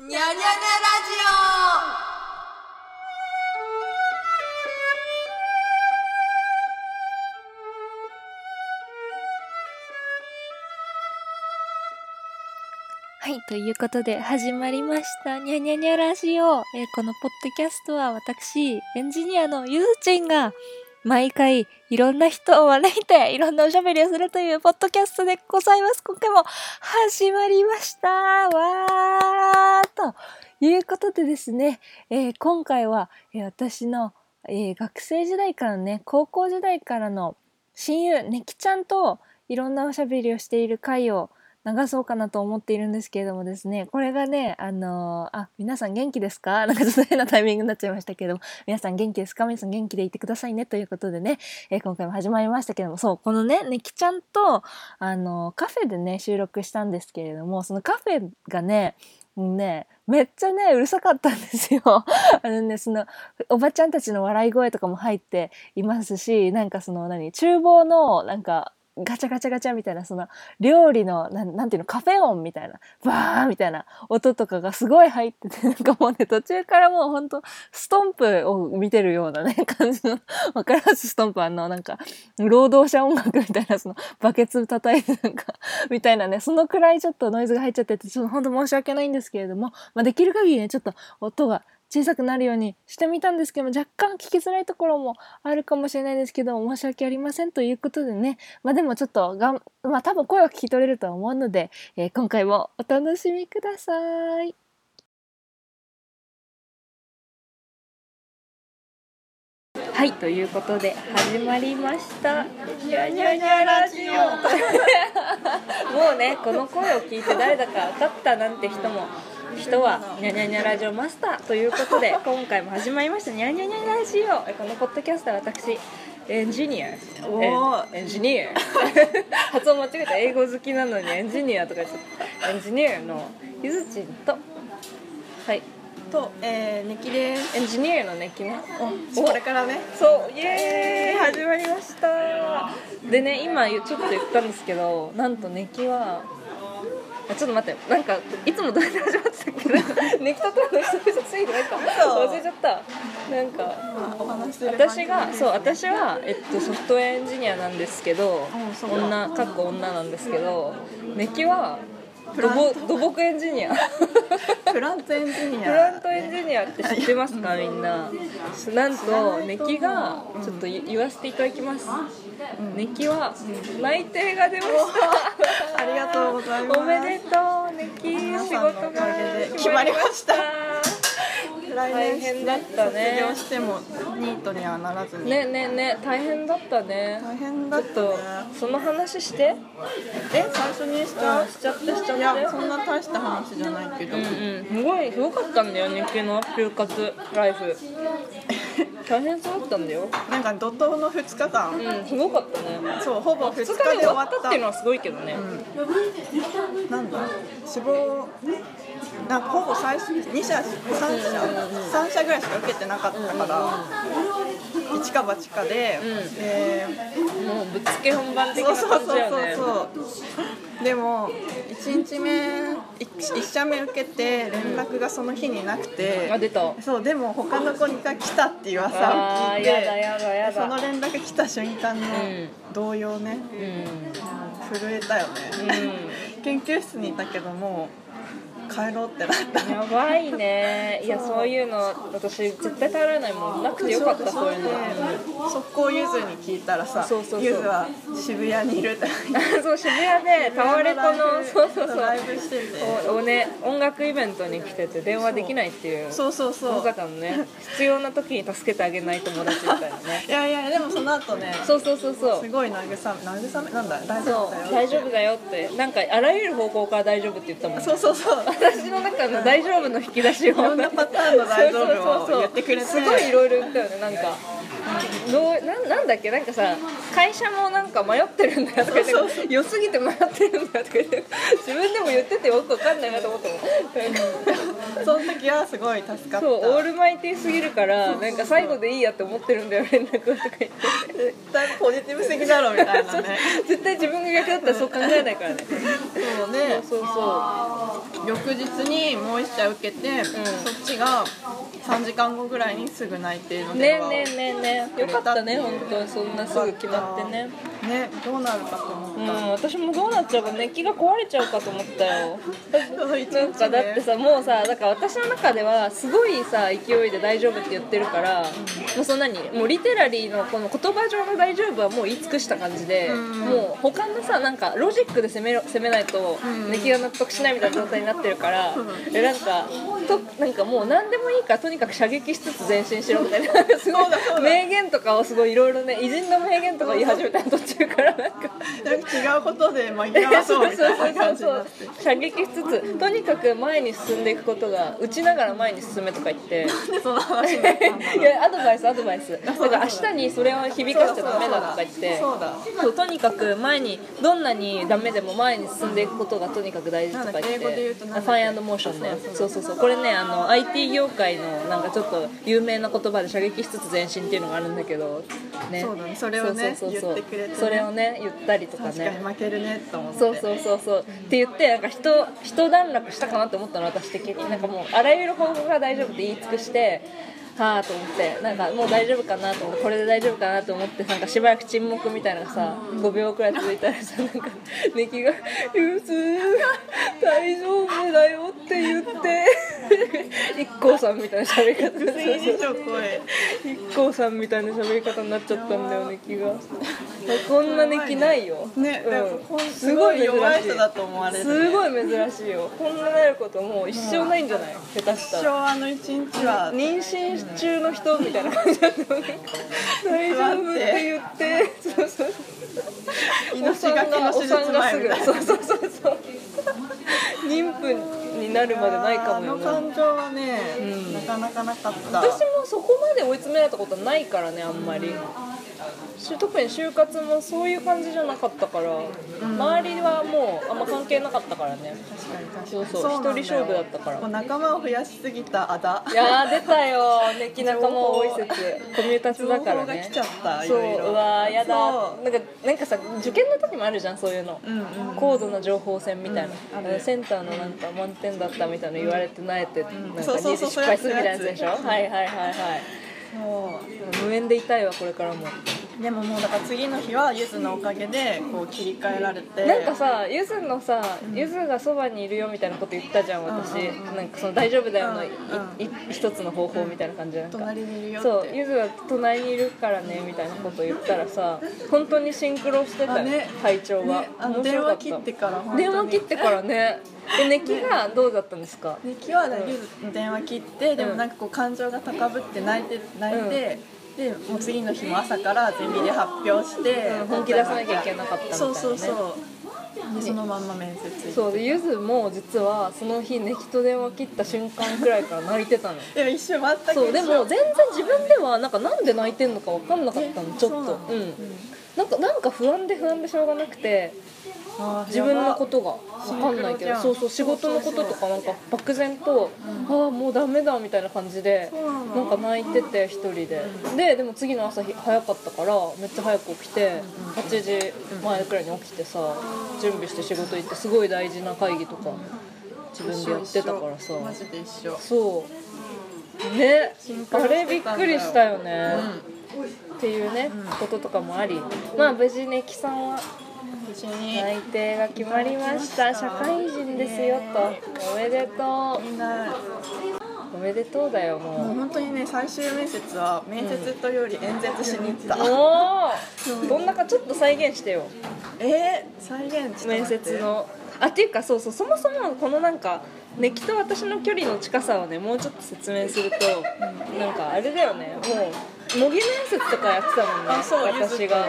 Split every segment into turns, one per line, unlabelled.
にゃにゃにゃラ
はい、ということで始まりました、にゃにゃにゃラジオ。えーこのポッドキャストは私、エンジニアのゆずちんが、毎回いろんな人を招いていろんなおしゃべりをするというポッドキャストでございます。今回も始まりましたわーということでですね、えー今回は、えー私の、えー学生時代からのね、高校時代からの親友、ねきちゃんといろんなおしゃべりをしている回を流そうかなと思っているんですけれどもですねこれがねあのーあ皆さん元気ですか なんかちょっと変なタイミングになっちゃいましたけれども皆さん元気ですか皆さん元気でいてくださいねということでね、えー今回も始まりましたけれどもそうこのねねきちゃんと、あのーカフェでね収録したんですけれどもそのカフェがねもうねめっちゃねうるさかったんですよ あのねそのおばちゃんたちの笑い声とかも入っていますしなんかその何厨房のなんかガチャガチャガチャみたいなその料理のなんなんていうのカフェ音みたいなバーンみたいな音とかがすごい入って てなんかもうね途中からもうほんとストンプを見てるようなね感じのわかりますストンプあのなんか労働者音楽みたいなそのバケツ叩いてなんかみたいなねそのくらいちょっとノイズが入っちゃっててちょっとほんと申し訳ないんですけれども、まあ、できる限りねちょっと音が小さくなるようにしてみたんですけども若干聞きづらいところもあるかもしれないですけど申し訳ありませんということでねまあでもちょっとがん、まあ、多分声は聞き取れるとは思うので、えー今回もお楽しみください。はい、ということで始まりました。
ジオにゃにゃにゃラジオ
もうねこの声を聞いて誰だか分かったなんて人も人はニャニャニャラジオマスターということ で今回も始まりましたニャニャニャラジオえこのポッドキャストは私エンジニア
おー
えエンジニ ア発音間違えた英語好きなのにエンジニアとか言っちゃったエンジニアのゆずちんとはい
と、えー、ネキです
エンジニアのねきねお
これからね
そうイエーイ始まりましたでね今ちょっと言ったんですけどなんとネキはあちょっと待ってなんかいつもどうやって始まってたっけなネキと撮るの久々すぎてなんか
嘘
忘れちゃったなんか
まあお話しする感じ
私がそう私は、えっと、ソフトウェアエンジニアなんですけど
うんそうだ
女かっこ女なんですけどネキは
プ
土
ラント
木土木エンジニア
プラントエンジニア
プラントエンジニアって知ってますかみんななんとネキがちょっと言わせていただきます、ネキは内定が出ました
ありがとうござ います
おめでとうネキ
皆
仕
さん
事
の
が
おかげで決まりました
大変だったね
卒業してもニートにはならずに、
ねねね大変だったね
大変だっ
ちょったと
ね
その話して
え最初にしちゃ
うんしちゃったしちゃった
いやそんな大した話じゃないけど、
うんすごいすごかったんだよネキの就活ライ フ大変そうだったんだよ
なんか怒涛の2日間、
うんすごかったね
そうほぼ2日
2
で
日
終
で終
わ
わ
っ
ったたっていうのはすごいけどね、
なんだ志望なんかほぼ最初2社3社、3社ぐらいしか受けてなかったから、一か八かで、
ん
で
もうぶっつけ本番的
そ
な
うそう
感じ
そう
だよね
そうそうでも1日目 1, 社目受けて連絡がその日になくて、
あ出た
そうでも他の子が来たっていう噂を聞い
あーやだやだや
て
だ
その連絡来た瞬間の
ん
動揺ね、
うん
震えたよね、研究室にいたけどもう帰ろうってなった
うんやばいねいやそういうの私絶対耐えられないもんなくてよかったそういうの
で速攻ゆずに聞いたらさ
そうそうそう
ゆずは渋谷にいる って
そう渋谷でタワレコのそうそうそう
ライブしてて
おおね音楽イベントに来てて電話できないっていう
そうそうそ
ま
う
さかのね必要な時に助けてあげない友達みたいなね
いやいやでもその後ね
そうそうそうそう
すごい慰め慰めなんだ大丈
そ
夫だよ
う大丈夫だよってなんかあらゆる方向から大丈夫って言ったもん
そうそうそう
私の中の大丈夫の引き出しを
いろんなパターンの大丈夫を言ってくれて
すごいいろいろ言ったよねなんかどうなんなんだっけなんかさ会社もなんか迷ってるんだよとか言って
そうそ
良すぎて迷ってるんだよとか言って自分でも言っててよく分かんないなと思ったもんなんか
その時はすごい助かった
そうオールマイティーすぎるからなんか最後でいいやって思ってるんだよ連絡とか言って
絶対ポジティブすぎだろみた いなね
絶対自分が逆だったらそう考えないからね
そうね
そうそ
翌日にもう一社受けて、そっちが3時間後ぐらいにすぐ内定の
うね
電話を
ねねねよかったね本当にそんなすぐ決まってね
ねどうなるかと思っ
うん
た、
私もどうなっちゃうか熱気が壊れちゃうかと思ったよ
その一日
なんかだって
ね
さもうさだから私の中ではすごいさ勢いで大丈夫って言ってるからもうそんなにもうリテラリーのこの言葉上の大丈夫はもう言い尽くした感じで
ん
もう他のさなんかロジックで攻めろ攻めないと根気が納得しないみたいな状態になってるからえなんかとなんかもう何でもいいからとにかく射撃しつつ前進しろみたいなすご
そうだそう
い
だ
名言とかをすごいいろいろね偉人の名言とか言い始めたら途中からなんか。
なんか違うことで紛らわそうみたいな感じ になって
射撃しつつとにかく前に進んでいくことが打ちながら前に進めとか言って
でその話になったんだ
いやアドバイスアドバイスだから明日にそれを響かしちゃダメだとか言って
そうだ
そうとにかく前にどんなにダメでも前に進んでいくことがとにかく大事とか言って
なんだっけ英語で言うとなんだっけ
ファイアンドモーションねそうそうそうこれねあの IT 業界のなんかちょっと有名な言葉で射撃しつつ前進っていうのがあるんだけどね
そうだねそれをね
そうそうそうそう
言ってくれてね
それをね言ったりとかね
確かに負けるねと思って
そうそうそうそうって言ってなんか人人段落したかなって思ったの私的になんかもうあらゆる方法が大丈夫って言い尽くしてはあと思ってなんかもう大丈夫かなと思ってこれで大丈夫かなと思ってなんかしばらく沈黙みたいなのがさ5秒くらい続いたらさなんかネキが「ユース大丈夫だよ」って言って一 k さんみたいな喋り方
不正にしょ声
IKKO さんみたいな喋り方になっちゃったんだよね気がこんなね気ないよ
ね
うん
だからこんすごい弱い人だと思われる
すごい珍しいよこんななることもう一生ないんじゃない下手した
昭
ら
和の一日は
妊娠中の人みたいな感じだったよね大丈夫って言ってそうそう
命がけの手術前みたいな
そうそうそうそう妊婦になるまでないかもよ
あの
ね
感情はね、
ん
なかなかなかった
私もそこまで追い詰められたことはないからねあんまりし特に就活もそういう感じじゃなかったから、周りはもうあんま関係なかったからね
確かに確かに
そうそう
なんだよ
一人勝負だったから
こう仲間を増やしすぎたあだ
いやー出たよ熱気仲間多い説コミュータツだからね
情報が来ちゃった
そう
いろいろ
うわーやだ
そ
なんかなんかさ受験の時もあるじゃんそういうの、
んうん
高度な情報戦みたいな、
うんある
センターのなんか満点だったみたいなの言われてなえて、なんか
そうそうそう
失敗するみたいなやつでしょはいはいはいはい
も
無縁でいたいわこれからも
うでももうだから次の日はゆずのおかげでこう切り替えられて
なんかさゆずのさゆずがそばにいるよみたいなこと言ったじゃん私
うんうんうん
なんかその大丈夫だよのい
うん
い一つの方法みたいな感じなんか
隣にいるよって
そうゆずは隣にいるからねみたいなこと言ったらさ本当にシンクロしてた
あ
よ、
ね
体調が、
ねあの
面白かっ
電話切ってから本当
た
に
電話切ってからねで熱気がどうだったんですか、
で今日はねゆずの電話切ってでもなんかこう感情が高ぶって泣いて泣いて、でもう次の日も朝からゼミで発表して、
うん本気出さなきゃいけなかったみたいなね
そうそうそうでそのまんま面接行って
そうでゆずも実はその日熱気と電話切った瞬間くらいから泣いてたの
いや一瞬全く
そうで
一緒
も全然自分ではなんかなんで泣いてんのか分かんなかったの
ね
ちょっ
そうな
と
の
うんなんかなんか不安で不安でしょうがなくて
あー
自分
や
の
ば
ことが分かんないけ
シ
ど
ンクロじゃん
そうそう仕事のこととかなんか漠然とああもうダメだみたいな感じで
そうなの
なんか泣いてて一人でででも次の朝日早かったからめっちゃ早く起きて8時前くらいに起きてさ準備して仕事行ってすごい大事な会議とか自分でやってたからさ
一緒マジで一緒
そうねあ
クロしてたんだ
れ
よ
びっくりしたよね、っていうね、こととかもありまあ無事ねきさんは
無事に
内定が決まりました
決
社
まりました
会人ですよ
ね
とおめでと
みんな
うおめでとうだよ
もう
もう
本当にね最終面接は面接というより演説しに行った、
おーどんなかちょっと再現してよ
えー、再現ちょっと待って
面接のあっていうかそうそうそもそもこのなんか熱気と私の距離の近さをねもうちょっと説明すると、なんかあれだよねもう模擬面接とかやってたもんね
あそう
私が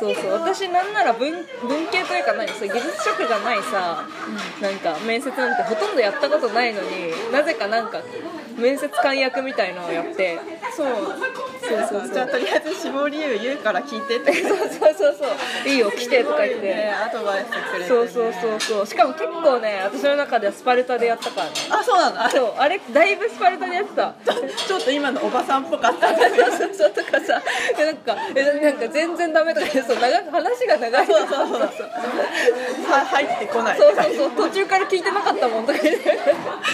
ゆ
そうそう私なんなら文文系というか何そう技術職じゃないさ、なんか面接なんてほとんどやったことないのになぜかなんか面接官役みたいのをやって
そうそうそうじゃあとりあえず志望理由言うから聞いて って
そうそうそうそういいよ来てとか言って
ねアドバイスくれて、ね、
そうそうそうそうしかも結構ね私の中ではスパルタでやったからね
あそうなんだ
そうあれだいぶスパルタでやってた
ちょっと今のおばさんっぽかった
そうそうそうとかさえなんかえなんか全然ダメとか言ってそう長く話が長いそうそうそうそう
は入ってこない
そうそうそう途中から聞いてなかったもんとか言って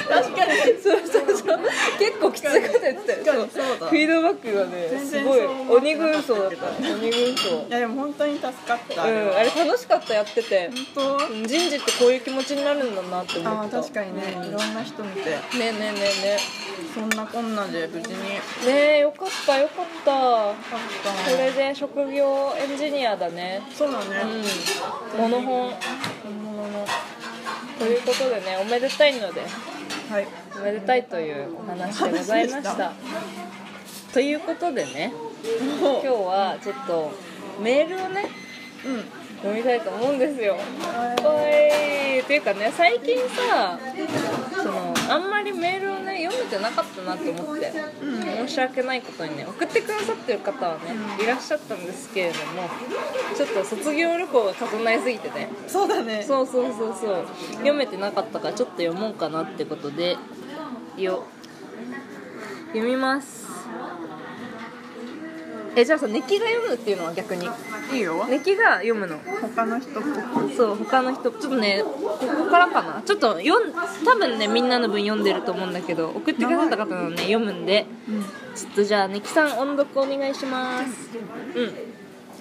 確かに
そうそうそう結構きつかった言ってたよ
確かにそうだ
フィードバックがね
全
す
然
ごい
そう思わ
鬼軍曹だった鬼軍曹
いやでも本当に助かった、
うんあれ楽しかったやってて
本当
人事ってこういう気持ちになるんだなって思
あ
っ
ー
た
確かにね、いろんな人見て
ねえねえね
そんなこんなで無事に
えねえねえよかったよかった
あった
こ
な
れで職業エンジニアだね
そうだね、
うんモノホン
本物の
ということでねおめでたいので
はい
おめでたいというお話でございました
お話でした
ということでね
も
今日はちょっとメールをね
ううん
読みたいと思うんですよ
は
はいっていうかね最近さそのあんまりメールをね読めてなかったなと思って、申し訳ないことにね送ってくださってる方はね、いらっしゃったんですけれどもちょっと卒業旅行が重なりすぎてね
いそうだね
そうそうそうそう読めてなかったからちょっと読もうかなってことでよ読みますえじゃあさネキが読むっていうのは逆に
いいよ
ネキが読むの
他の人っぽく
そう他の人ちょっとねここからかなちょっと読ん多分ねみんなの分読んでると思うんだけど送ってくださった方のね読むんで
うん
ちょっとじゃあネキさん音読お願いしますうん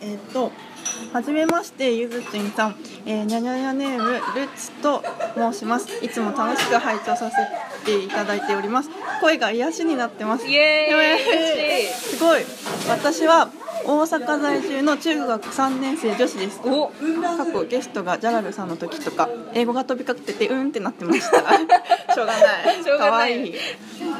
えっ、とはじめましてゆずちんさん、えー、にゃにゃにゃネームルツと申しますいつも楽しく拝聴させていただいております声が癒しになってます
イエーイ
えーすごい私は大阪在住の中学3年生女子です
お
過去ゲストがジャラルさんの時とか英語が飛びかけててうんってなってました しょうがない
しょうが
かわ
ない
いい、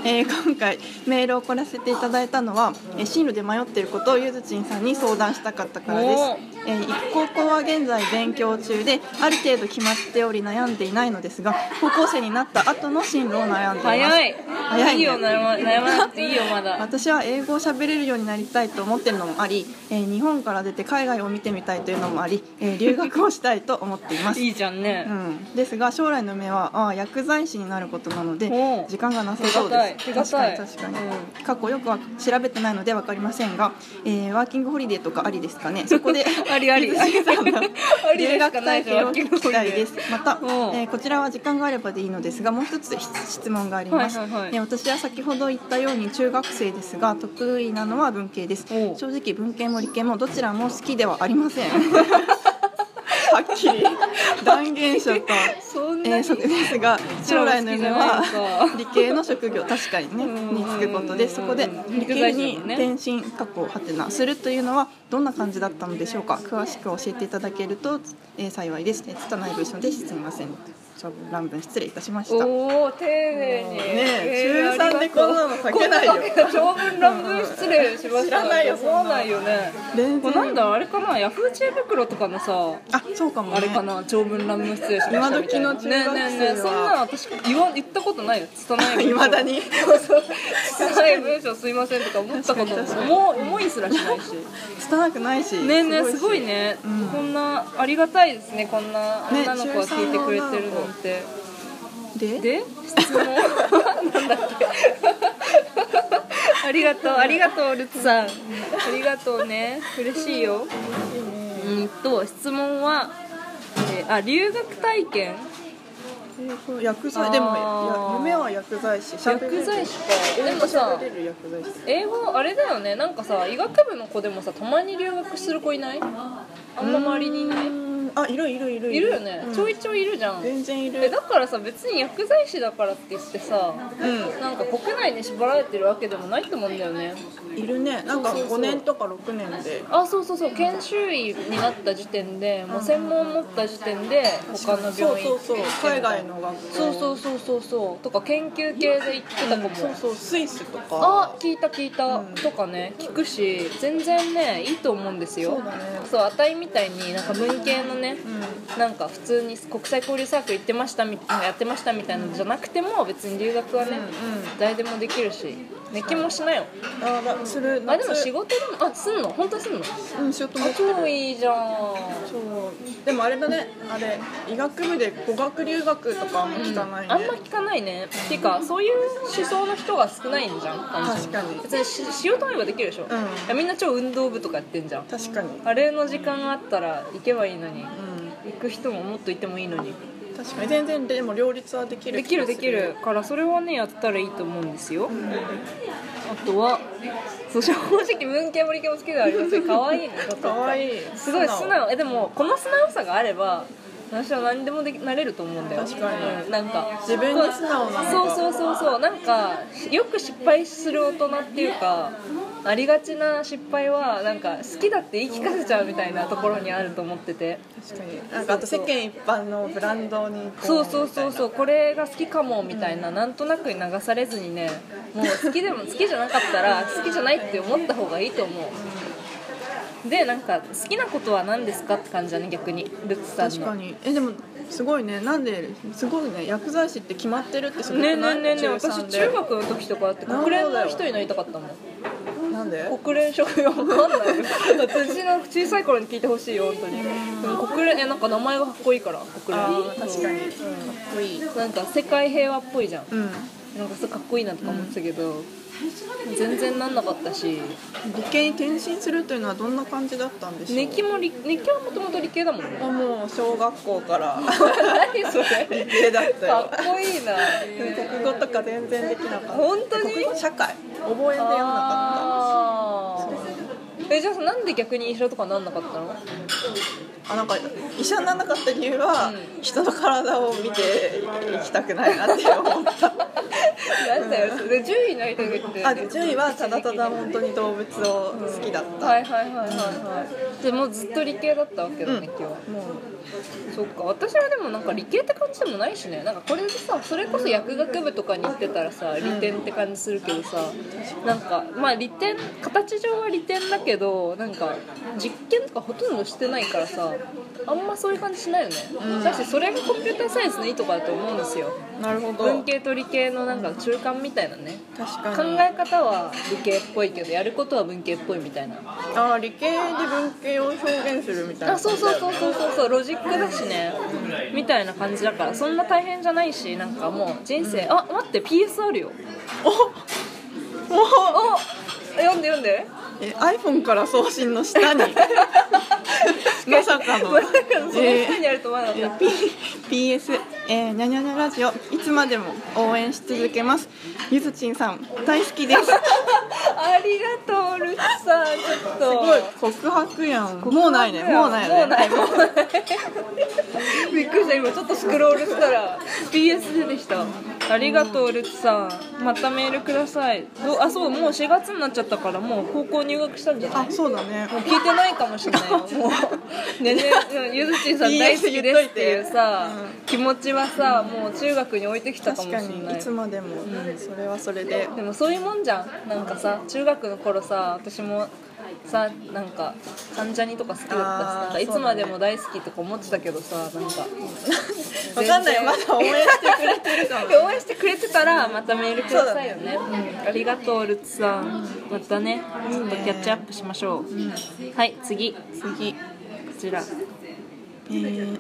えー今回メールを送らせていただいたのは、えー進路で迷っていることをゆずちんさんに相談したかったからです
おー、
えー一高校は現在勉強中である程度決まっており悩んでいないのですが高校生になった後の進路を悩んでいます
早い
早いね
いいよ悩ま悩まなくていいよま だ
私は英語を喋れるようになりたいと思ってるのもあり、えー日本から出て海外を見てみたいというのもあり、えー留学をしたいと思っています
いいじゃん
う
ね、
ん、ですが将来の夢はあー薬剤師になることなので
おう
時間がなさそうです
手堅い手堅い
確かに確かに、
う
過去よくは調べてないので分かりませんが、えーワーキングホリデーとかありですか ねそこで
ありあり
水谷さんの
ありでし
留
か
学
ない
体
じゃ
験
ん
を聞きたいですまた、
おう
えーこちらは時間があればでいいのですがもう一つ質問があります、
はいはいはい
えー私は先ほど言ったように中学生ですが得意なのは文系です
おう
正直文系も理系もどちらも好きではありませんはっきり断言しちゃった
そん
え
な
ー、
に
そうですが将来の夢は
好きじゃないのか
理系の職業確かにね
うん
につくことでそこで
うん
理系
薬剤師
に
だもんね
転身過去はてなするというのはどんな感じだったのでしょうか詳しく教えていただけると、えー幸いですえー拙い文章ですみません長文失礼いたしました
おお丁寧にね
え中三でこんなの書けないよ
長文乱文失礼しました
知らないよ
思わないよね
全
これなんだあれかなヤフー知恵袋とかのさ
あそうかもね
あれ かな長文乱文失礼しましたみたいな
今時の中学生は
ねえねえねえそんなの私言わ言ったことないよ拙い文章
い まだに
拙い文章すいませんとか思ったこと
確かに
思う思いすらしないし
拙くないし
ねえねえ
し
すごいね、
うん
こんなありがたいですねこんな
ね
女の子が聞いてくれてるなんて、
で
で質問 なんだっけありがとうありがとうルツさんありがとうね嬉しいようんと質問はえーあ留学体験
薬剤でも
あー
や夢は薬剤師喋れる
薬剤師かで
英語
もさ
喋れる薬剤師
英語あれだよねなんかさ医学部の子でもさたまに留学する子いないあんま周りにいないう
ーんあいるいるいる
いるよね、
うん
ちょいちょいいるじゃん
全然い
え
る
だからさ別に薬剤師だからって言ってさ
う
なんか国内に縛られてるわけでもないと思うんだよね
んいるねなんか5年とか6年で
あそうそうそう研修医になった時点でもう専門を持った時点で他の
そう
病院
そうそう海外の学校
そうそうそうそうそうとか研究系で行ってた子も、
そうそうスイスとか
あ聞いた聞いた、
うん
とかね聞くし全然ねいいと思うんですよ
そうだね
そうあたいみたいになんか文系のね
うん
なんか普通に国際交流サークル行ってましたみやってましたみたいなのじゃなくても別に留学はね、
うん
誰でもできるし寝気もしないよ
あだする
あでも仕
事
事でもあすんの本当にすんのあ
うん仕事も
超いいじゃん
そうでもあれだねあれ医学部で語学留学とかあんま聞かないね、
あんま聞かないねっていうかそういう思想の人が少ないんじゃん単純
確かに
別にししようと思えばできるでしょ、
ん
いやみんな超運動部とかやってんじゃん
確かに
あれの時間があったら行けばいいのに
う
行く人ももっといてもいいのに
ん確かに全然でも両立はできる
できるできる
気
からそれはねやったらいいと思うんですよ、
がす
あとはそう正直文系も理系も好きではありますけど可愛いね
うん、かわいい
すごい素直えでもこの素直さがあれば私は何でもできなれると思うんだよ
確かに
うんなんか
自分に素直なの
そう
が
そうそうそうなんかよく失敗する大人っていうかありがちな失敗はなんか好きだって言い聞かせちゃうみたいなところにあると思ってて
確かになんかあと世間一般のブランドに
そうそうそうそううこれが好きかもみたいな、なんとなくに流されずにねもう好きでも好きじゃなかったら好きじゃないって思った方がいいと思うでなんか好きなことは何ですかって感じだね逆にルッツさん
確
の
かにえでもすごいねなんですごいね薬剤師って決まってるってすごくな
ね
い
えねえねえねえ
中
私
三で
中学の時とかだって国連の人になりたかったもん
なんで
国連職業わかんないよ私の小さい頃に聞いてほしいよ本当にでも国連えなんか名前がかっこいいから国連
あー確かにかっこいいうん
なんか世界平和っぽいじゃんなんかすごいかっこいいなとか思ってたけど、全然なんなかったし
理系に転身するというのはどんな感じだったんでしょう
熱気も理熱気はもともと理系だもんね
あもう小学校か ら
何それ
理系だ った
か
よ
っこいいな
国語とか全然できなかった
本当に
国語社会覚えてやんなかっ
あーえじゃあさなんで逆に医者とかなん なかったの
たあなんか医者にならなかった理由は、
う
人の体を見ていきたくないなって思った
なんだよそれ獣医になりたくって
あで順位はただただ本当に動物を好きだった、
はいはいはいはいはいでもうずっと理系だったわけだね、
うん
今日
もう
そっか私はでもなんか理系って感じでもないしねなんかこれでさそれこそ薬学部とかに行ってたらさ利点って感じするけどさなんかまあ利点形上は利点だけどなんか実験とかほとんどしてないからさあんまそういう感じしないよね、
うん
だしそれがコンピューターサイエンスのいいとこだと思うんですよ
なるほど
文系と理系のなんか中間みたいなね
確
考
かに
え方は理系っぽいけどやることは文系っぽいみたいな
あー理系で文系を表現するみたいな
あそうそうそうそうそうそうロジックだしねみたいな感じだからそんな大変じゃないしなんかもう人生、あ待って PS あるよ
おお
お読んで読んで
え iPhone から送信の下 にまさかの
まさかのその
え
下にあると思わな
え
かっ
ー P- PS、えー、にゃにゃにゃラジオいつまでも応援し続けますゆずちんさん大好 きですす
た、ありがとうルッツさんちょっと
ごい告白やんもうないねもうないね
もうないもうないびっくりした今ちょっとスクロールしたら PS 出てきたありがとうルッツさんまたメールくださいどうあそうもう4月になっちゃったからもう高校入学したんじゃない
あそうだね
もう聞いてないかもしれない よもうねねうんゆずちんさん大好きですっていうさ、
言っと
気
い
持ちはさもう中学に置いてきたかも
確
しれ
か
な
にい
い
つまでも、
ん
それはそれで
でもそういうもんじゃんなんかさ中学の頃さ私もさなんか関ジャニとか好きだったし
あー
なんかいつまでも大好きとか思ってたけどさ なんか
わかんないまだ応援してくれてるか も
応援してくれてたらまたメールくださいよねうんありがとうルッツさんまたねちょっとキャッチアップしましょう、はい次こ
次
ちら
えー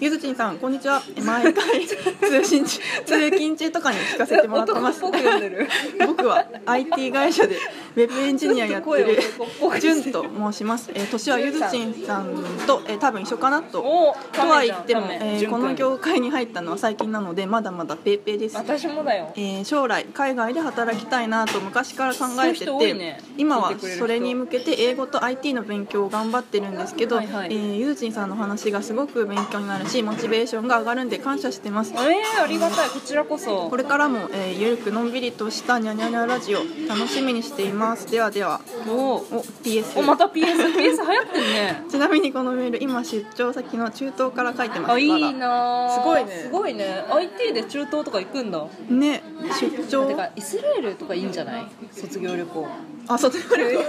ゆずちんさんこんにちはえ毎回通信中通勤中とかに聞かせてもらってます
男っぽく読んでる
僕は IT 会社でウェブエンジニアやってる
ちょっと声男っぽく
ジ
して
ュンと申します、えー年はゆずちんさんと、えー多分一緒かな と
お
とは言っても、えーこの
業
業界に入ったのは最近なのでまだまだペーペーです
私もだよ
えー将来海外で働きたいなと昔から考
そう
えて
いう人多い
て、
ね
今
聞
はい
てくれる人
それに向けて英語と IT の勉強を頑張ってるんですけど、
はいはい
えーゆずちんさんの話がすごく勉強になるしモチベーションが上がるんで感謝してます
えー、ありがたいこちらこそ
これからも、えーゆるくのんびりとしたニャニャニャラジオ楽しみにしていますではでは
お
お PS
おまた PSPS 流行ってんね
ちなみにこのメール今出張先の中東から書いてます
あいい
ま
なー
すごいね
すごいね IT で中東とか行くんだ
だね出
て
張
かイスラエルとかいいんじゃない卒業旅行
あ卒業旅行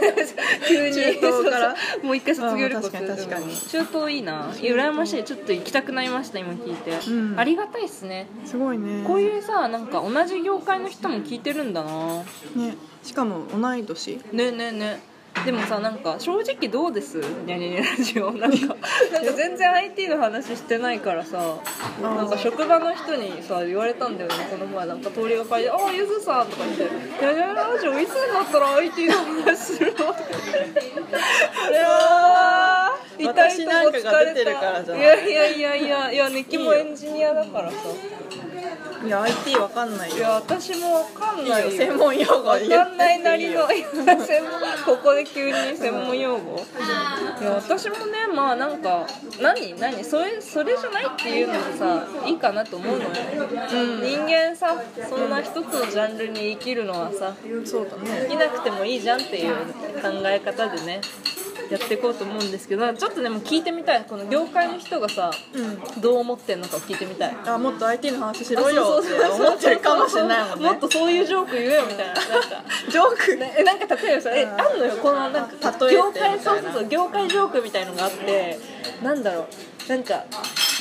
急に
中東か
そう
ら
そうもう一回卒業旅行する
あー確かに確かに
中東いいな羨ましいちょっと行きたくなりました今聞いて、
うん
ありがたいっすね
すごいね
こういうさなんか同じ業界の人も聞いてるんだな
ねしかも同い年
ねねねでもさなんか正直どうですニャニャニャラジオ なんかなんか全然 IT の話してないからさなんか職場の人にさ言われたんだよねこの前なんか通りがかりで「ああゆずさん」とか言って「ニャニャニャラジオいつになったら IT の話するの?」い やー痛いとこ
私なんか
疲
が出
れ
て
た
るからじゃ
い
ない
やいやいやいやいやねきもエンジニアだからさ
いや IT わかんない
い
よ
や私もわかん
いい
ない
よ専門用語
わ
言
かんない
っ
な
てい
り
い
の
よ
今専門ここで急に専門用語いや私もねまあなんか何何それそれじゃないっていうのもさいいかなと思うのよ、人間さそんな一つのジャンルに生きるのはさ
そうだ
で
ね
きなくてもいいじゃんっていう考え方でねやっていこうと思うんですけどちょっとでも聞いてみたいこの業界の人がさ
うん
どう思ってんのかを聞いてみたい
あもっと IT の話しろよって思ってるかもしれないもんね
もっとそういうジョーク言えよみたいななんか
ジョーク
ねえなんか例えばさ、え、
うん
あんのよ、このなんか
例えて
業界、
みた
そ
いうな
そうそう、業界ジョークみたいのがあって、なんだろう、なんか。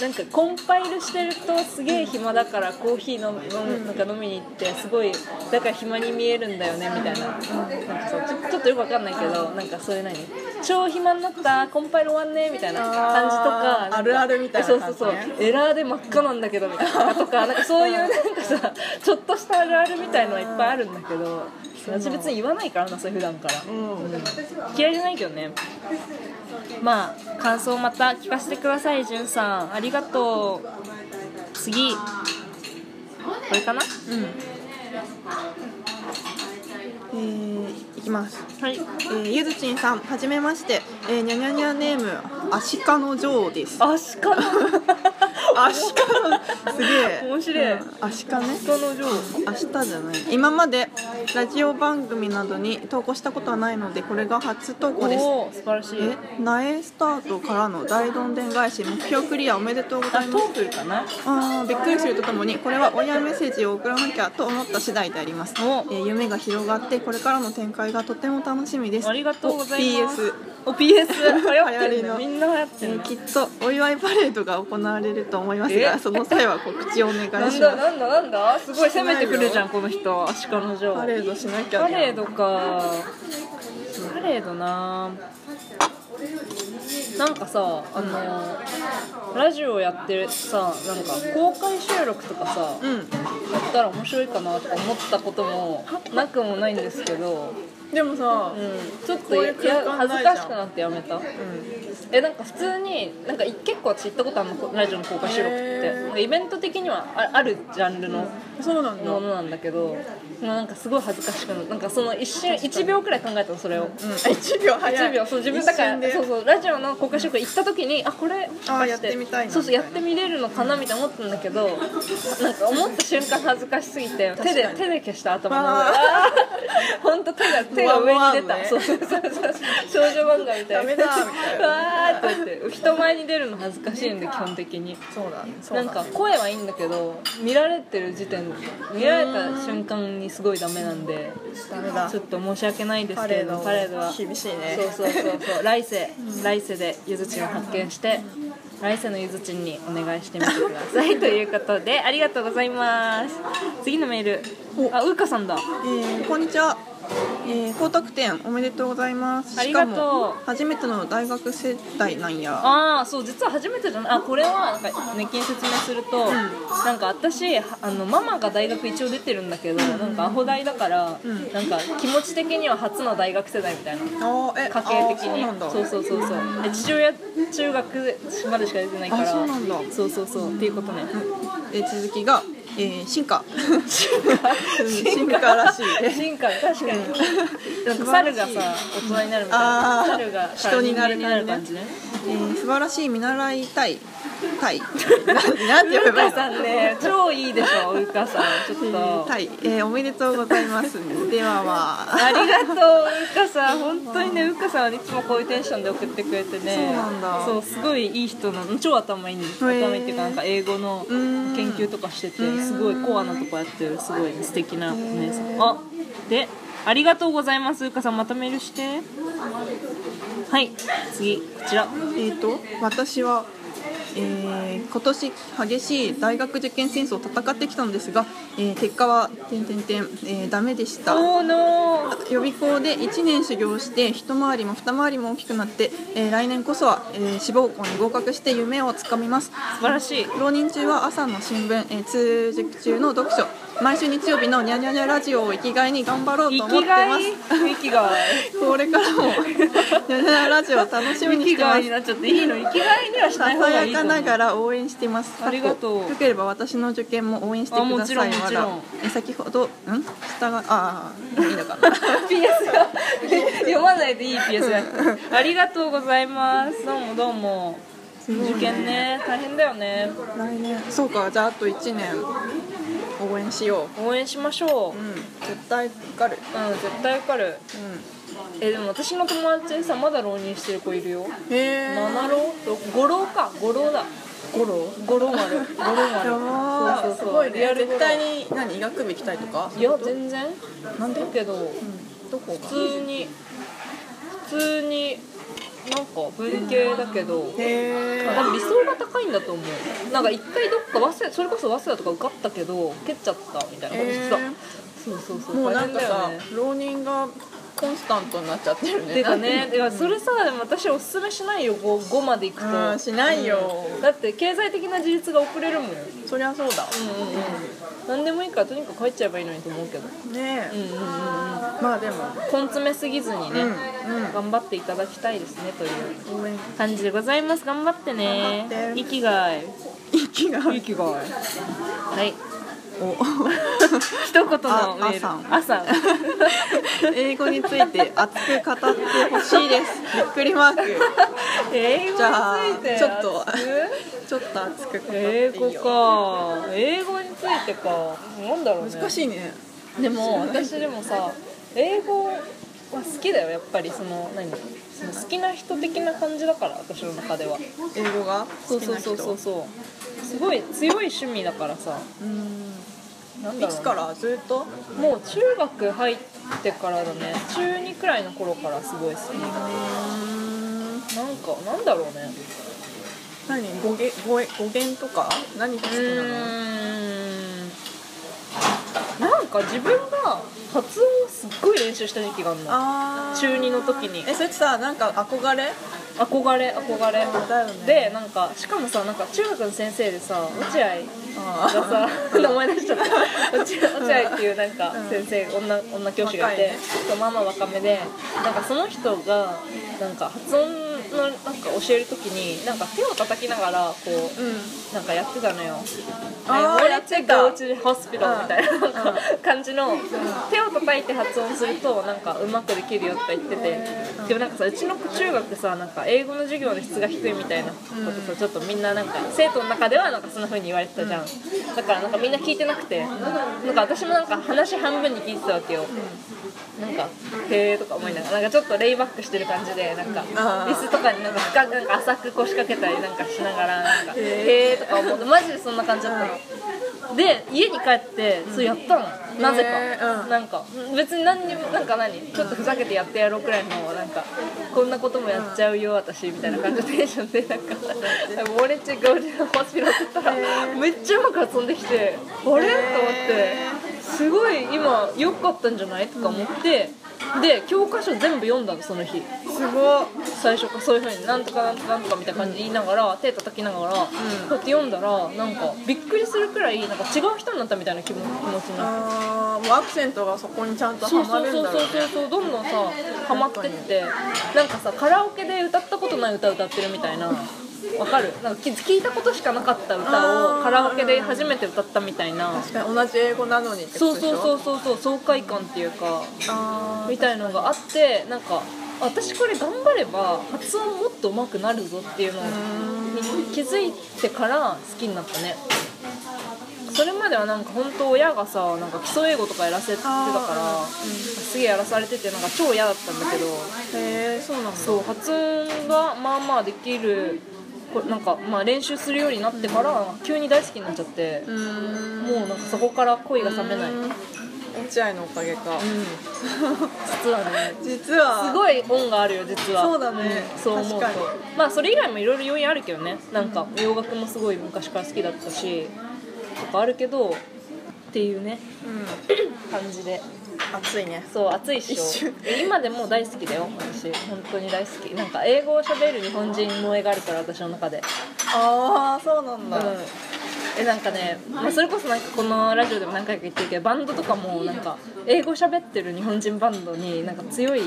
なんかコンパイルしてるとすげえ暇だからコーヒー飲む飲むなんか飲みに行ってすごいだから暇に見えるんだよねみたいななんかそうちょちょっとよくわかんないけどなんかそういう何超暇になったコンパイル終わんねみたいな感じとか
あー
なんか
あるあるみたいな
そ
感
う
じ
そ
ね
うそうエラーで真っ赤なんだけどみたいなとかなんかそういうなんかさちょっとしたあるあるみたいのはいっぱいあるんだけど私別に言わないからなそれ普段から
うん
嫌いじゃないけどねまあ感想また聞かせてくださいじゅんさんありがとう次これかな
うんえー、いきます、
はい
えー、ゆずちんさんはじめまして、えー、にゃにゃにゃネームアシカのジョーです
アシカの
アシカのすげえ
面白い
うんアシカね
人の女王
明日じゃない今までラジオ番組などに投稿したことはないのでこれが初投稿です
おお素晴らしい
え苗スタートからの大どんでん返し目標クリアおめでとうございます
ープルかな
あーびっくりするとともにこれは親メッセージを送らなきゃと思った次第であります、え
お
ー夢が広がってこれからの展開がとても楽しみです
ありがとうございます
お
お
PS
PS 流行って
流行
る
り
の
の
みんな流行って
え
る
ー
の
きっとお祝いパレードが行われると思います
え
がその際は告知をお願いしま
なん
す
だなんだなんだすごい攻めてくるじゃんこの人アシカの女王
パレードしなきゃ
パレードかパレードななんかさあの、ラジオやってるさなんか公開収録とかさ、や
うん
ったら面白いかなとか思ったこともなくもないんですけど、
でもさ、
うん、ちょっ
ことう
い
いう
や
空間
恥
な
ず
いじゃん
かしくなってやめた
うん
えなんか普通になんかい結構私行ったことあるのラジオの公開収録って、
へー
なんかイベント的にはああるジャンルの
そうなんだ、
ものなんだけど、まあなんかすごい恥ずかしくななんかその一瞬1秒くらい考えたのそれを、
うん、1秒早い
1秒そう自分だか
一瞬
ら
で
そうそうラジオの公開収録行った時にあこれ
あーやってみたいな
そうそうやってみれるのかなみたいな思ったんだけどなんか思った瞬間恥ずかしすぎて手で
確か
手で消した頭の
わ
上
ー
本当手 が手が上に出た、
ワンワンね
そうそうそうそう少女漫画みたいな
ダメだみたいな
わーって言って人前に出るの恥ずかしいんで基本的に。
そうだねそう
な
だ
ん
ね
か声はいいんだけど見られてる時点見られた瞬間にすごいダメなんで
ダメだ
ちょっと申し訳ないです
パ
け
レ
れ
ー
ど
ド
パレードは
厳しいね
そうそうそうそう来世来世でゆずちんを発見して来世のゆずちんにお願いしてみてくださいということでありがとうございます次のメール
お
あうーかさんだ
えーこんにちは、えー、高得点おめでとうございます
ありがとう
しかも初めての大学世代なんや
ああそう実は初めてじゃないあこれはなんか熱気に説明すると、なんか私はあのママが大学一応出てるんだけど、なんかアホ大だから、
ん
なんか気持ち的には初の大学世代みたいな
あーえ
家計的に
あーそうなんだ
そうそうそうそうで父親中学までしか出てないから
あそうなんだ
そうそうそうっていうことね
えー続きが、えー、進化 進化らしい
進化確かになんか猿がさ大人になるみたいな
あー
猿が
人になる
人間感じね
えー素晴らしい見習いたいたい ななんて呼べ
う
ばい
か
いの
さんね超いいでしょうかさんちょっ
え
と
ーたい、えーおめでとうございますではまあ
ありがとう、うか さん、本当にね、うかさんはいつもこういうテンションで送ってくれてね。
そうなんだ
そうすごいいい人なの、超頭いいんです。
へ
頭い
ー
いっていうか、なんか英語の
うん
研究とかしてて、すごいコアなとこやってる、すごい素敵なお姉さん。
へー
あ、で、ありがとうございますうかさんまたメールしてはい次こちら
えー、と私は、えー今年激しい大学受験戦争を戦ってきたのですが、えー結果は点々点、えー、ダメでした
おーのー
予備校で1年修行して一回りも二回りも大きくなって、えー来年こそは、えー志望校に合格して夢をつかみます
素晴らしい
浪人中は朝の新聞、えー通塾中の読書毎週日曜日のニャニャニャラジオを生きがいに頑張ろうと
生
思って
きが
ま
い
す
生きがい
これからもニャニャニャラジオを 楽し
生
みに
き
して
が
ま
いに
す
なっちゃっていいの生きがいにはし
さ
ない方が
さ
い
や
いと
か
思
な
う
がら応援しています
ありがとう
かっこよければ私の受験も応援して
あ
く
も
だ
ちろ
さ
ん
い
も
わ
ちろん
らえ先ほどん下がああいい のかな
PS が 読まないでいい PS がありがとうございますどうもどうも
すごいね
受験ね大変だよね
来年そうかじゃああと1年応援しよ
応援しましょう
ううん絶対受かる
うん絶対受かるえでも私の友達でさまだ浪人してる子いるよ
うんへえ
七浪五浪か五浪だ
五郎
五郎丸五郎丸
や
そう
ばー
そう
す
そう
ごいね
リアル五郎
絶対に何医学部行きたいとか
いや全然
なんで
だけど、
どこが
普通に普通になんか文系だけど
へえ
多分理想が高いんだと思うなんか一回どっか早稲それこそ早稲田とか受かったけど蹴っちゃったみたいな感じでさ、
へー
そうそうそう
もうなんか
大
さ
変だよね
浪人がコンスタントになっちゃってるね
てかねてかそれさでも私おすすめしないよ 5, 5まで行く
うん
と
しないよ
だって経済的な自立が遅れるもんうんうん
そりゃそうだ
うん何でもいいからとにかく帰っちゃえばいいのにと思うけど
ね
うんうんうんうん
まあでも
根詰めすぎずにね、
うんうん
頑張っていただきたいですねという
応援
感じでございます頑張ってね
頑張って
生きがい
息が
生きがいはい
お
一言のメール
あ朝
朝
英語について熱く語ってほしいですびっくりマーク
英語につ
じゃあ
いて
ちょっと
熱く
ちょっと熱く語って
英
い
語
いよ
か英語についてかなんだろうね
難しいね
でも私でもさ英語は好きだよやっぱりその何その好きな人的な感じだから私の中では
英語が
そ
好
う
き
そう
な
そうそう
人
そうすごい強い趣味だからさ
うん
なん
い
だろう
つ
ね
からずっと
もう中学入ってからだね中2くらいの頃からすごい好き
う
なん
ん
かなんだろうね
何語源語源語源とか何が好き
う
なの
ーんなんか自分が発音をすっごい練習した時期があるの
あー
中二の時に
えそれってさなんか憧れ
憧れ憧れ
だよね
でなんかしかもさなんか中学の先生でさ落合
あ
がさ 名前出しちゃった落合落合っていうなんか
うん
先生、女女教師がいて
若いね
そうまあまあ若めでなんかその人がなんか発音のなんか教える時になんか手を叩きながらこう
うん
なんかやってたのよ
あー
はい
やってた
ゴーチホスピタルみたいななんか感じの手を叩いて発音するとなんかうまくできるよとか言っててでもなんかさうちの中学さなんか英語の授業の質が低いみたいなことさちょっとみんななんか生徒の中ではなんかそんな風に言われてたじゃんだからなんかみんな聞いてなくてなんか私もなんか話半分に聞いてたわけよなんかへーとか思いながらなんかちょっとレイバックしてる感じでなんか
あー
椅子とかになんか深くなんか浅く腰掛けたりなんかしながらなんか
へ
へ
ー
ーとか思ってマジでそんな感じだったの。で家に帰ってそうやったの、なぜ
へ
か、
ーうん
なんか別に何にもなんか何ちょっとふざけてやってやろうくらいのなんかこんなこともやっちゃうよ私みたいな感じのテンションでなんか「俺っちゴールデンホスピロ」って言ったらめっちゃうまく遊んできてあれと思ってすごい今良かったんじゃないとか思ってで教科書全部読んだのその日
すごっ
最初からそういうふうになんとかなんとかなんとかみたいな感じで言いながら、手叩きながら、こうやって読んだらなんかびっくりするくらいなんか違う人になったみたいな気も気持ちになって。
あーもうアクセントがそこにちゃんと
そう
は
そ
ま
う
る
そ
ん
う
だ
そう
ろうね
そうそうどんどんさハマってってなんかさカラオケで歌ったことない歌歌ってるみたいなわかるなんかき聞いたことしかなかった歌をカラオケで初めて歌ったみたいな
確かに同じ英語なのにって
そ
こと
う
でし
そ
ょ
うそうそうそう爽快感っていうか
あー
みたいのがあってなんか私これ頑張れば発音もっと上手くなるぞっていうのを気づいてから好きになったねそれまではなんか本当親がさなんか基礎英語とかやらせてたから、
あ
すげえやらされててなんか超嫌だったんだけど
へえそうなんだ
そう発音がまあまあできるこなんかまあ練習するようになってから急に大好きになっちゃって、
うーん
もうなんかそこから恋が冷めない、
うーん落合のおかげか
実はね
実は
すごい恩があるよ実は
そうだね
んそう思うと
確か
まあそれ以外もいろいろ要因あるけどねなんか洋楽もすごい昔から好きだったしとかあるけどっていうね
うん
感じで
暑いね
そう暑いっし
一
ょ
瞬
今でも大好きだよ私本当に大好きなんか英語を喋る日本人萌えがあるから私の中で
ああそうなんだ、
うんえなんかね、まあ、それこそなんかこのラジオでも何回か言ってるけどバンドとかもなんか英語喋ってる日本人バンドになんか強い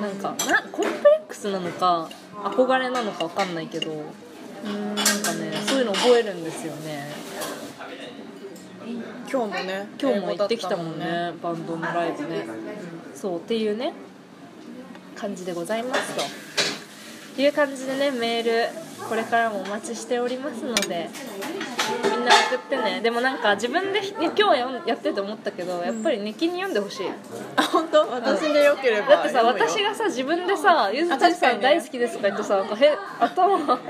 なんかなコンプレックスなのか憧れなのかわかんないけど
うん
なんかねそういうの覚えるんですよね
今日もね
今日も行ってきたもんねバンドのライブねそうっていうね感じでございますという感じでねメールこれからもお待ちしておりますのでみんな送ってねでもなんか自分で、ね、今日は読んやってて思ったけどやっぱりね気に読んでほしい
あ本当私でよければ
だってさ
読むよ
私がさ自分でさ「ゆず
あ
たち
確か
さ
に
ん
ね
大好きです」とか言ってさなんかへ 頭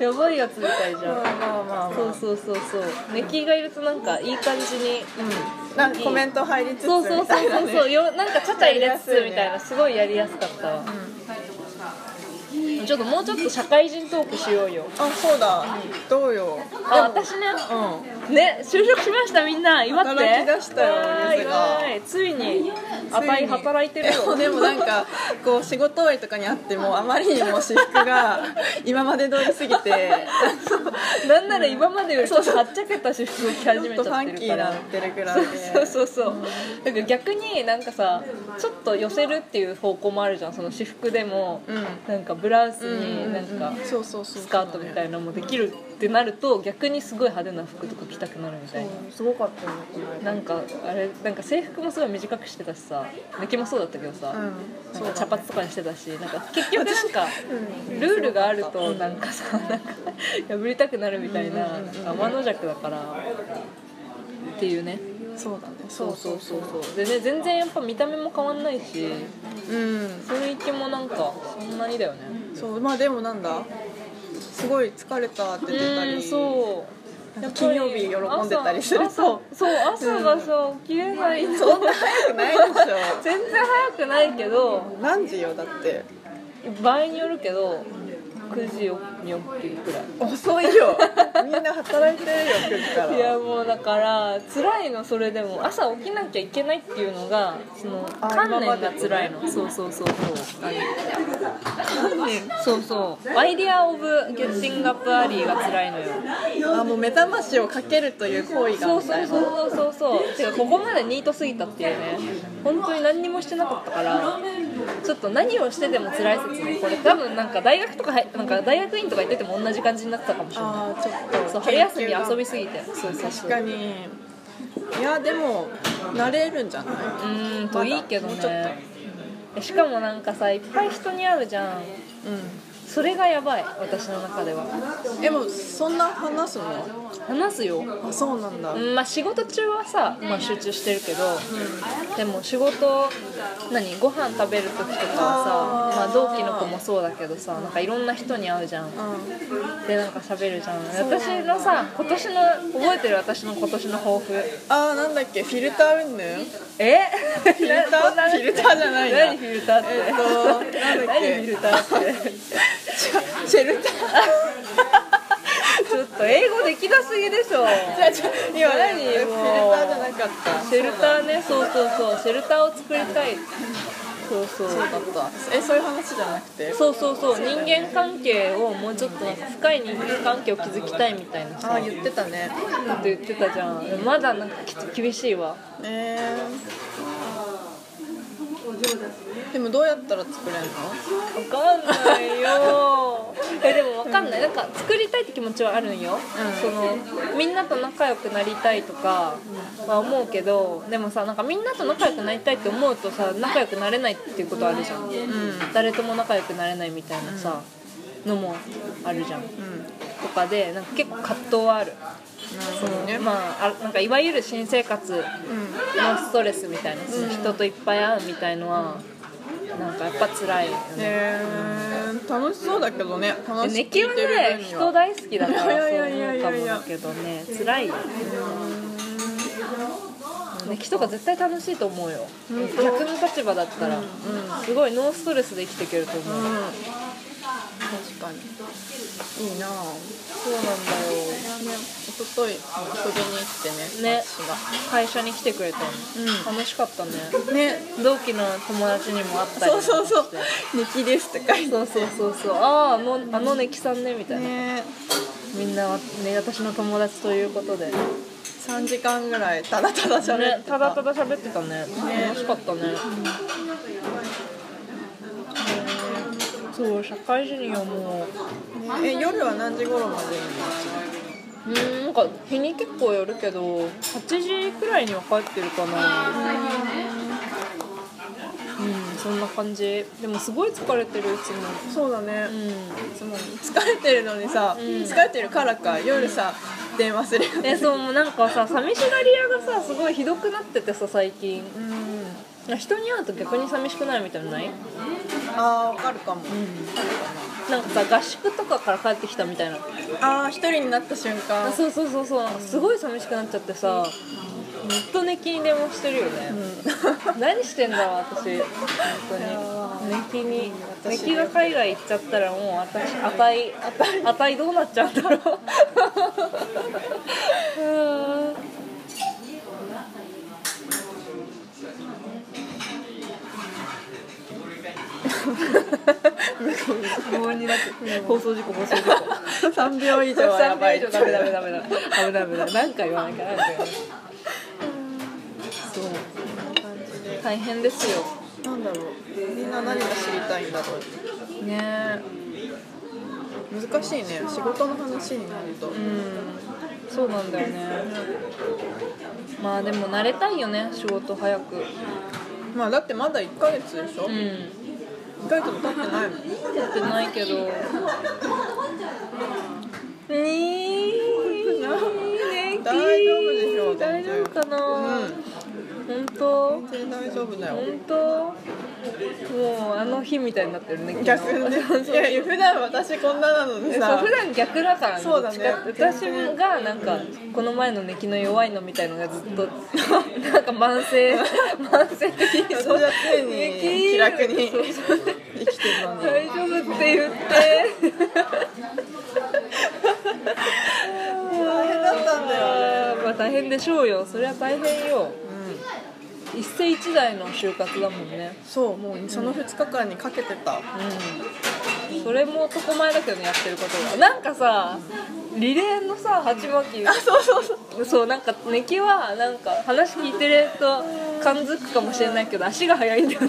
やばいやつみたいじゃん
まあまあまあ、まあ、
そうそうそうそうネキがいるとなんかいい感じに
うんなんかコメント入りつつ
そうそう
みた
そう
いな
そう
ね
そうよなんかちゃちゃ入れつ
やりやすい
つ
ね
みたいなすごいやりやすかったわ、ちょっともうちょっと社会人トークしようよ
あそうだどうよ
あ私ね
う
ね就職しましたみんな祝って
働き出したよ
わーい
ゆずが
わーいついにあたい働いてるよ
ん でもなんかこう仕事終わりとかにあってもあまりにも私服が今まで通りすぎて
なんなら今までよりちょっとはっちゃけた私服を着
ち
始
ょっ
めち
とフ
ゃっ
ァ
て
ンキ
るか
ーな
ら
ってるくらいで
そうそうそうだから逆になんかさちょっと寄せるっていう方向もあるじゃんその私服でも、
うん
なんかブラウス
うんうんう
に
ん
なんか、
そうそうそう
スカートみたいなのもできるってなると逆にすごい派手な服とか着たくなるみたいな
うんすごかったねこれ
なんかあれなんか制服もすごい短くしてたしさ抜きもそうだったけどさ、
うん
なん
そう
か
だね
茶髪とかにしてたしなんか結局なんかルールがあるとなんかさなんか破りたくなるみたいな
うんうんうんうん
なんか天の弱だからっていうね
そうだねそうそうそう
そうそうでね全然やっぱ見た目も変わんないし
うん
雰囲気もなんかそんなにだよね
そうまあでもなんだすごい疲れたって出た
うん
り
そう
なんか金曜日喜んでたりすると
朝朝そう朝がさ起きれないの
そんな早くないでし
全然早くないけど
ょ何時よだって
場合によるけど9時に起きるくらい
遅いよ みんな働いてるよ来るから
いやもうだから辛いのそれでも朝起きなきゃいけないっていうのがその
あ
観
今ま
念
で
が
ね
辛いのそうそうそうそうあの
何
そうそうアイディア・オブ・ゲッティング・アップ・アリーが辛いのよ
あもう目覚ましをかけるという行為が
そう
み
そ
たいうな
そうそうそうそうてかここまでニートすぎたっていうね本当に何にもしてなかったからちょっと何をしてでも辛い説ねこれ多分なんか大学とか入なんか大学院とか行ってても同じ感じになってたかもしれない
ああちょっと
そう春休み
研究が
遊びすぎてそうそうそ
確
う
かにいやでも慣れるんじゃないう
ーん
ま
と
だ
いいけど
もうちょっ
ねしかもなんかさいっぱい人に会うじゃん
と
それがやばい私の中では
うんでもそんな話すの
話すよ
あそうなんだ、
うんまあ仕事中はさ、まあ、集中してるけど、でも仕事何ご飯食べる時とかは
あー
さまあ、同期の子もそうだけどさなんかいろんな人に会うじゃんでなんか喋るじゃん私のさ今年の覚えてる私の今年の抱負
あーなんだっけフィルター云 々
え
フィルタ
そんな
ーフィルターじゃないな
何フィルターって、
えっとなんだっけ
何フィルター って
違うシェルタ
ちょっと英語できなすぎでしょ
ーじゃ今何フィルタ
もう
ーじゃなかった
シェルターねそうそうそうシェルターを作りたいそうそう
そうだったえそういう話じゃなくて
そうそうそう人間関係をもうちょっとなんか深い人間関係を築きたいみたいな
あ
さ
あ言ってたね
こと言ってたじゃんまだなんかきつ厳しいわ
えーでもどうやったら作れるの
わかんないよえでもわかんないなんか作りたいって気持ちはあるんよ、そのみんなと仲良くなりたいとかは思うけどでもさなんかみんなと仲良くなりたいって思うとさ仲良くなれないっていうことあるじゃん、誰とも仲良くなれないみたいなさ、のもあるじゃん
う
とかでなんか結構葛藤はある
んなるほどね
まああなんかいわゆる新生活の
うん
ストレスみたいな、その人といっぱい会うみたいのはなんかやっぱ辛いよね
えー、楽しそうだけどね楽し
ネ
い
キはね人大好きだから
い
そう
やいやいや
思
いうや
か
いや
もだけどね辛いようんできとか絶対楽しいと思うよ
本当
逆の立場だったら、う
う
んんすごいノーストレスで生きていけると思う、
うん確かにいいなあ
そうなんだよ
ね、おととい遊びに行ってね
ね会社に来てくれたの、楽しかったね
私がね
同期の友達にも会ったり
そ
なん
う
かして
そうそう「ネキです」って書いて
そうそうそうそうあああのあのねきさんねみたいな、
ね
みんなはね私の友達ということで、ね、
3時間ぐらいただただ喋って
ただただ喋ってたね楽しかったね、そう社会人はも
ねえ夜は何時頃まで
ううーんなんか日に結構よるけど8時くらいには帰ってるかなうんそんな感じでもすごい疲れてるいつも
そうだね
うん
いつも疲れてるのにさ、
うん
疲れてるからか夜さ電話するよね
えそうもうなんかさ寂しがり屋がさすごいひどくなっててさ最近
うん
人に会うと逆に寂しくないみたいなのない
あーわかるかも、
なんかさ合宿とかから帰ってきたみたいな
ああ一人になった瞬間
あそうそうそうそうすごい寂しくなっちゃってさずっと寝気に電話してるよね、何してんだわ私本当に寝気に寝気が海外行っちゃったらもう私あたいあたいどうなっちゃうんだろう うん無音になって放送事故放送事故
3秒以上はや
三
ば
倍
い
以上ダメダメダメだ危ない危ない何回言わなきゃ何回言わなきゃそう大変ですよ
なんだろうみんな何が知りたいんだろう
ねえ
難しいね仕事の話になると、
うんそうなんだよねまあでも慣れたいよね仕事早く
まあだってまだ1ヶ月でしょ、
う
一
ん
1ヶ月も経ってないもん
やってないけどにー
大丈夫でしょ
大丈夫かな、本当
全然大丈夫だよ
本当もうあの日みたいになってるね
逆にね
そうそう
いや普段私こんななの に
そう
さ
普段逆だから
そうだね
どっちかって私もがなんかこの前の寝気の弱いのみたいのがずっと なんか慢 性慢性的に
私は常に
寝気
気楽に
そうそう
生きてるのに
大丈夫って言って
大変だったんだよ、
あーまあ大変でしょうよそりゃ大変よ
うん、
一世一代の就活だもんね
そうもうその2日間にかけて
う
た、
んそれも男前だけどねやってることがなんかさリレーのさ鉢巻き
そうそうそう
そうなんかネキはなんか話聞いてると感づくかもしれないけど足が速いんだよね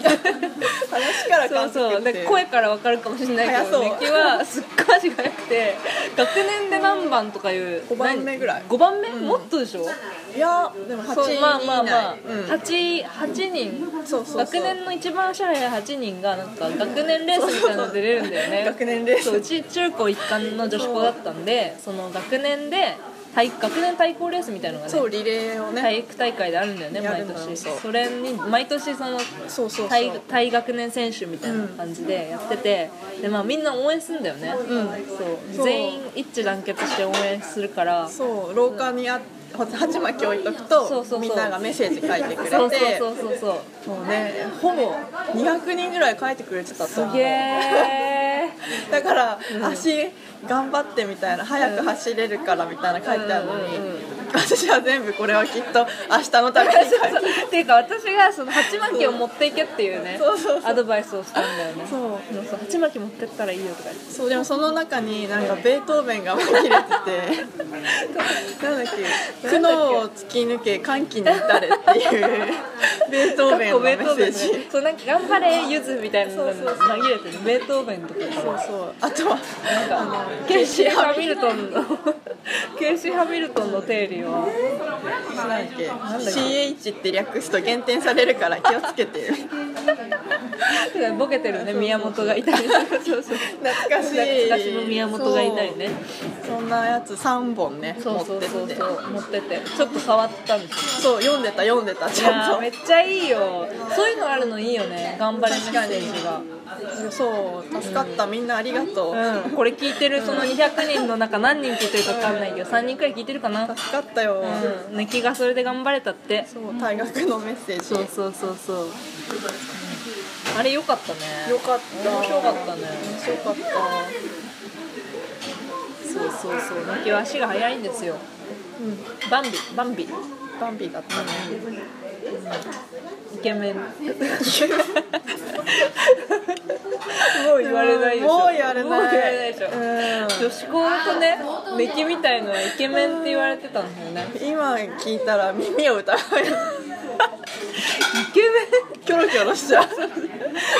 話から
そ
感
う
じ
そうなんか声から分かるかもしれないけど
速そ
ネ
う
キはすっごい足が速くて学年で何番とかいう
5番目ぐらい
5番目、もっとでしょ
いやでも8
そう
人以内
まあまあまあ、
うん、
八八人
そうそうそう
学年の一番支配8人がなんか学年レースみたいなの出れるんだよね
学年レース
そううち中高一貫の女子校だったんでその学年で対学年対抗レースみたいなのがね
そうリレーをね、
体育大会であるんだよね
やる
毎
んだ
年
そう
それに毎年その
そうそうそう
対対学年選手みたいな感じでやってて、でまあ、みんな応援するんだよね、
ん
そう
そう
全員一致団結して応援するからそう
そう廊下にあ鉢巻き置いとくと
そうそうそう
みんながメッセージ書いてくれて
そうそうそうそう
もうねほぼ200人ぐらい書いてくれてたと
す
思う
げえ
だから、足頑張ってみたいな早く走れるからみたいな書いてあるのに、
うんうん
私は全部これはきっと明日のために書いてる
っていうか私がその鉢巻きを持っていけっていうね
そうそうそう
アドバイスをしたんだよね
そう
でもそう鉢巻き持ってったらいいよとか言って
そうでもその中になんかベートーベンが紛れててなんだっ け苦悩を突き抜け歓喜に 至れっていうベートーベンのメッセージ、
そうなんか「頑張れゆず」みたいなのが
そうそう
紛れてるベートーベンとか
そうそうあとは
なんかケイシー・ハミルトンのケイシー・ハミルトンの定理は
なんだっけ CH って略すと減点されるから気をつけて
ボケてるね宮本がいたりそうそう
懐かしい
懐かしの宮本がいたりね
そうそんなやつ3本ね
そうそうそう
持ってって
そう持っててちょっと触ったんですよ
そう読んでた読んでたち
いや
ゃ
ーめ
ん
っちゃいいいいよそういうのあるのいいよね頑張れメッセージが
そう助かった、みんなありがとう、
うん、これ聞いてるその200人の中何人聞いてるか分かんないけど3人くらい聞いてるかな、
助かったよ、
うん、抜きがそれで頑張れたって
そう退学のメッセージ
そうそうそうそうあれよかったね
よかった
面白かったね
面白かった
そうそうそう抜きは足が速いんですよ
うん
バンビバンビイ
バンビだったね
ケメンもう言われないでしょ
もう言われない
もう言われないでしょ、
うん
女子校とねネキみたいのはイケメンって言われてたんだよね
今聞いたら耳を疑い
イケメン
キョロキョロしちゃう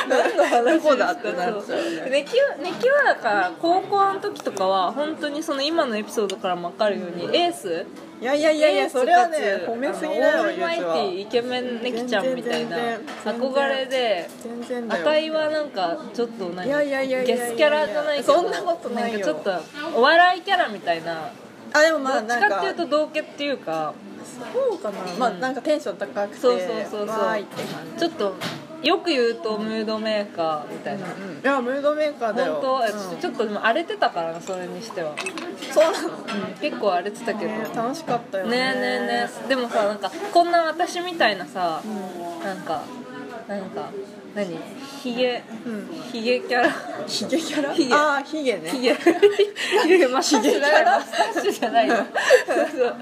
何の話
どこだってなっちゃうね
ネキはネキはだから高校の時とかは本当にその今のエピソードからも分かるようにエース
いやいやいやい
エー
や
スか
そ
つ
れはね褒めすぎだ
あのオ
よ
ールマイテ
ゆず
ィ
は
イケメンネキちゃんみたいな
全然全然
憧れで
全然
あ
だよ
たいはなんかちょっと何
いやいやいやい
ゲ
やいや
スキャラじゃないけど
そんなことないよ
んかちょっとお笑いキャラみたいな
あでもま
ど
あ
っ
な
ち
ん
かっ
か
ていうと同化っていうか
そうかな、まあなんかテンション高くて
そうそうそうそう
わーいって感じ
ちょっとよく言うとムードメーカーみたいな、
うんいやムードメーカーだよ
本当、
うん
ちょっとでも荒れてたからなそれにしては、
そうなの
うん、結構荒れてたけど、
ね楽しかったよ
ねえね
ね
えねえでもさなんかこんな私みたいなさ、なんかなんか何ヒゲ
うん
ヒゲキャラ
ヒゲキャラ
ヒゲ
ああヒゲね
ヒゲヒゲマスタッシュじゃないマスタッシュじゃないよそう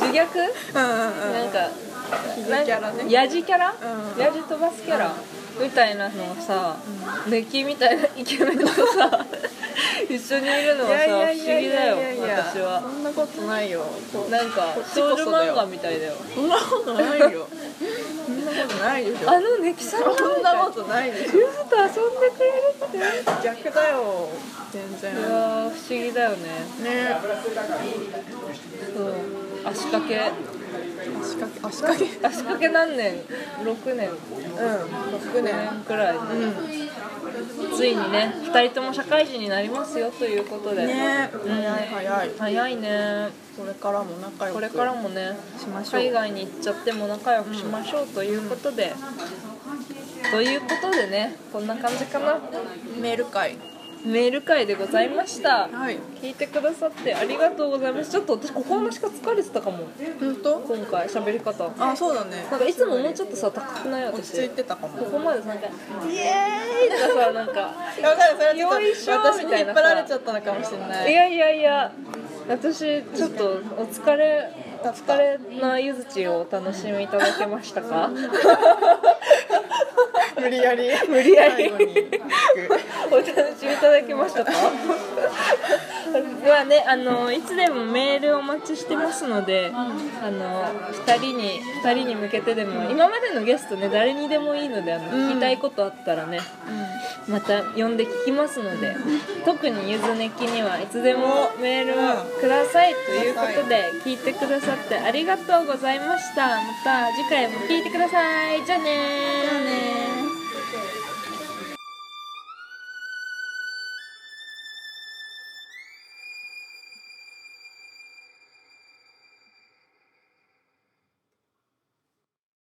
自虐
うんうんうん
なんか
ヒゲキャラね
ヤジキャラ、
うん
ヤジ飛ばすキャラ、みたいなのをさ、ネキみたいなイケメンと さ一緒にいるのはさ不思議だよ私
そ
は
んなことないよそんな
なんか
こっち
少
こ
女
そだ
漫
よ
画みたいだよ
ことないよそんなことないでしょ
あのネキさんが
そんなことないでしょ
ゆずと遊んでくれるって
逆だよ全然
いやー不思議だよね
ね
そう足掛け
足掛け足掛け
足掛け何年6年
うん6
5
年
年くらい、
うん
ついにね2人とも社会人になりますよということで、
ね
うん
早い早い
早いね
これからも仲良く
これからもね
しましょう
海外に行っちゃっても仲良くしましょうということで、ということでねこんな感じかな
メール会
メール会でございました
はい
聞いてくださってありがとうございますちょっと私ここのしか疲れてたかも
本当
今回喋り方
あそうだね
なんかいつももうちょっとさ高くない
落
私
ち着い
こ
てたかも
こまでなんか「イエーイ!」とかさなんか
わかるそれはちょっ
よ
と
いしょ
私
み
に
たい
引っ
な
張
さ
られちゃったのかもしれないい
やいやいや私ちょっとお疲れお
だった
疲れなゆずちをお楽しみいただけましたか
無理やり
無理やり
最後に聞く
お楽しみいただけましたかではねあのいつでもメールお待ちしてますのであの2人に二人に向けてでも今までのゲストね誰にでもいいのであの
うん
聞きたいことあったらねまた呼んで聞きますので特にゆずねきにはいつでもメールをくださいということで聞いてくださってありがとうございましたまた次回も聞いてくださいじゃあねー
ね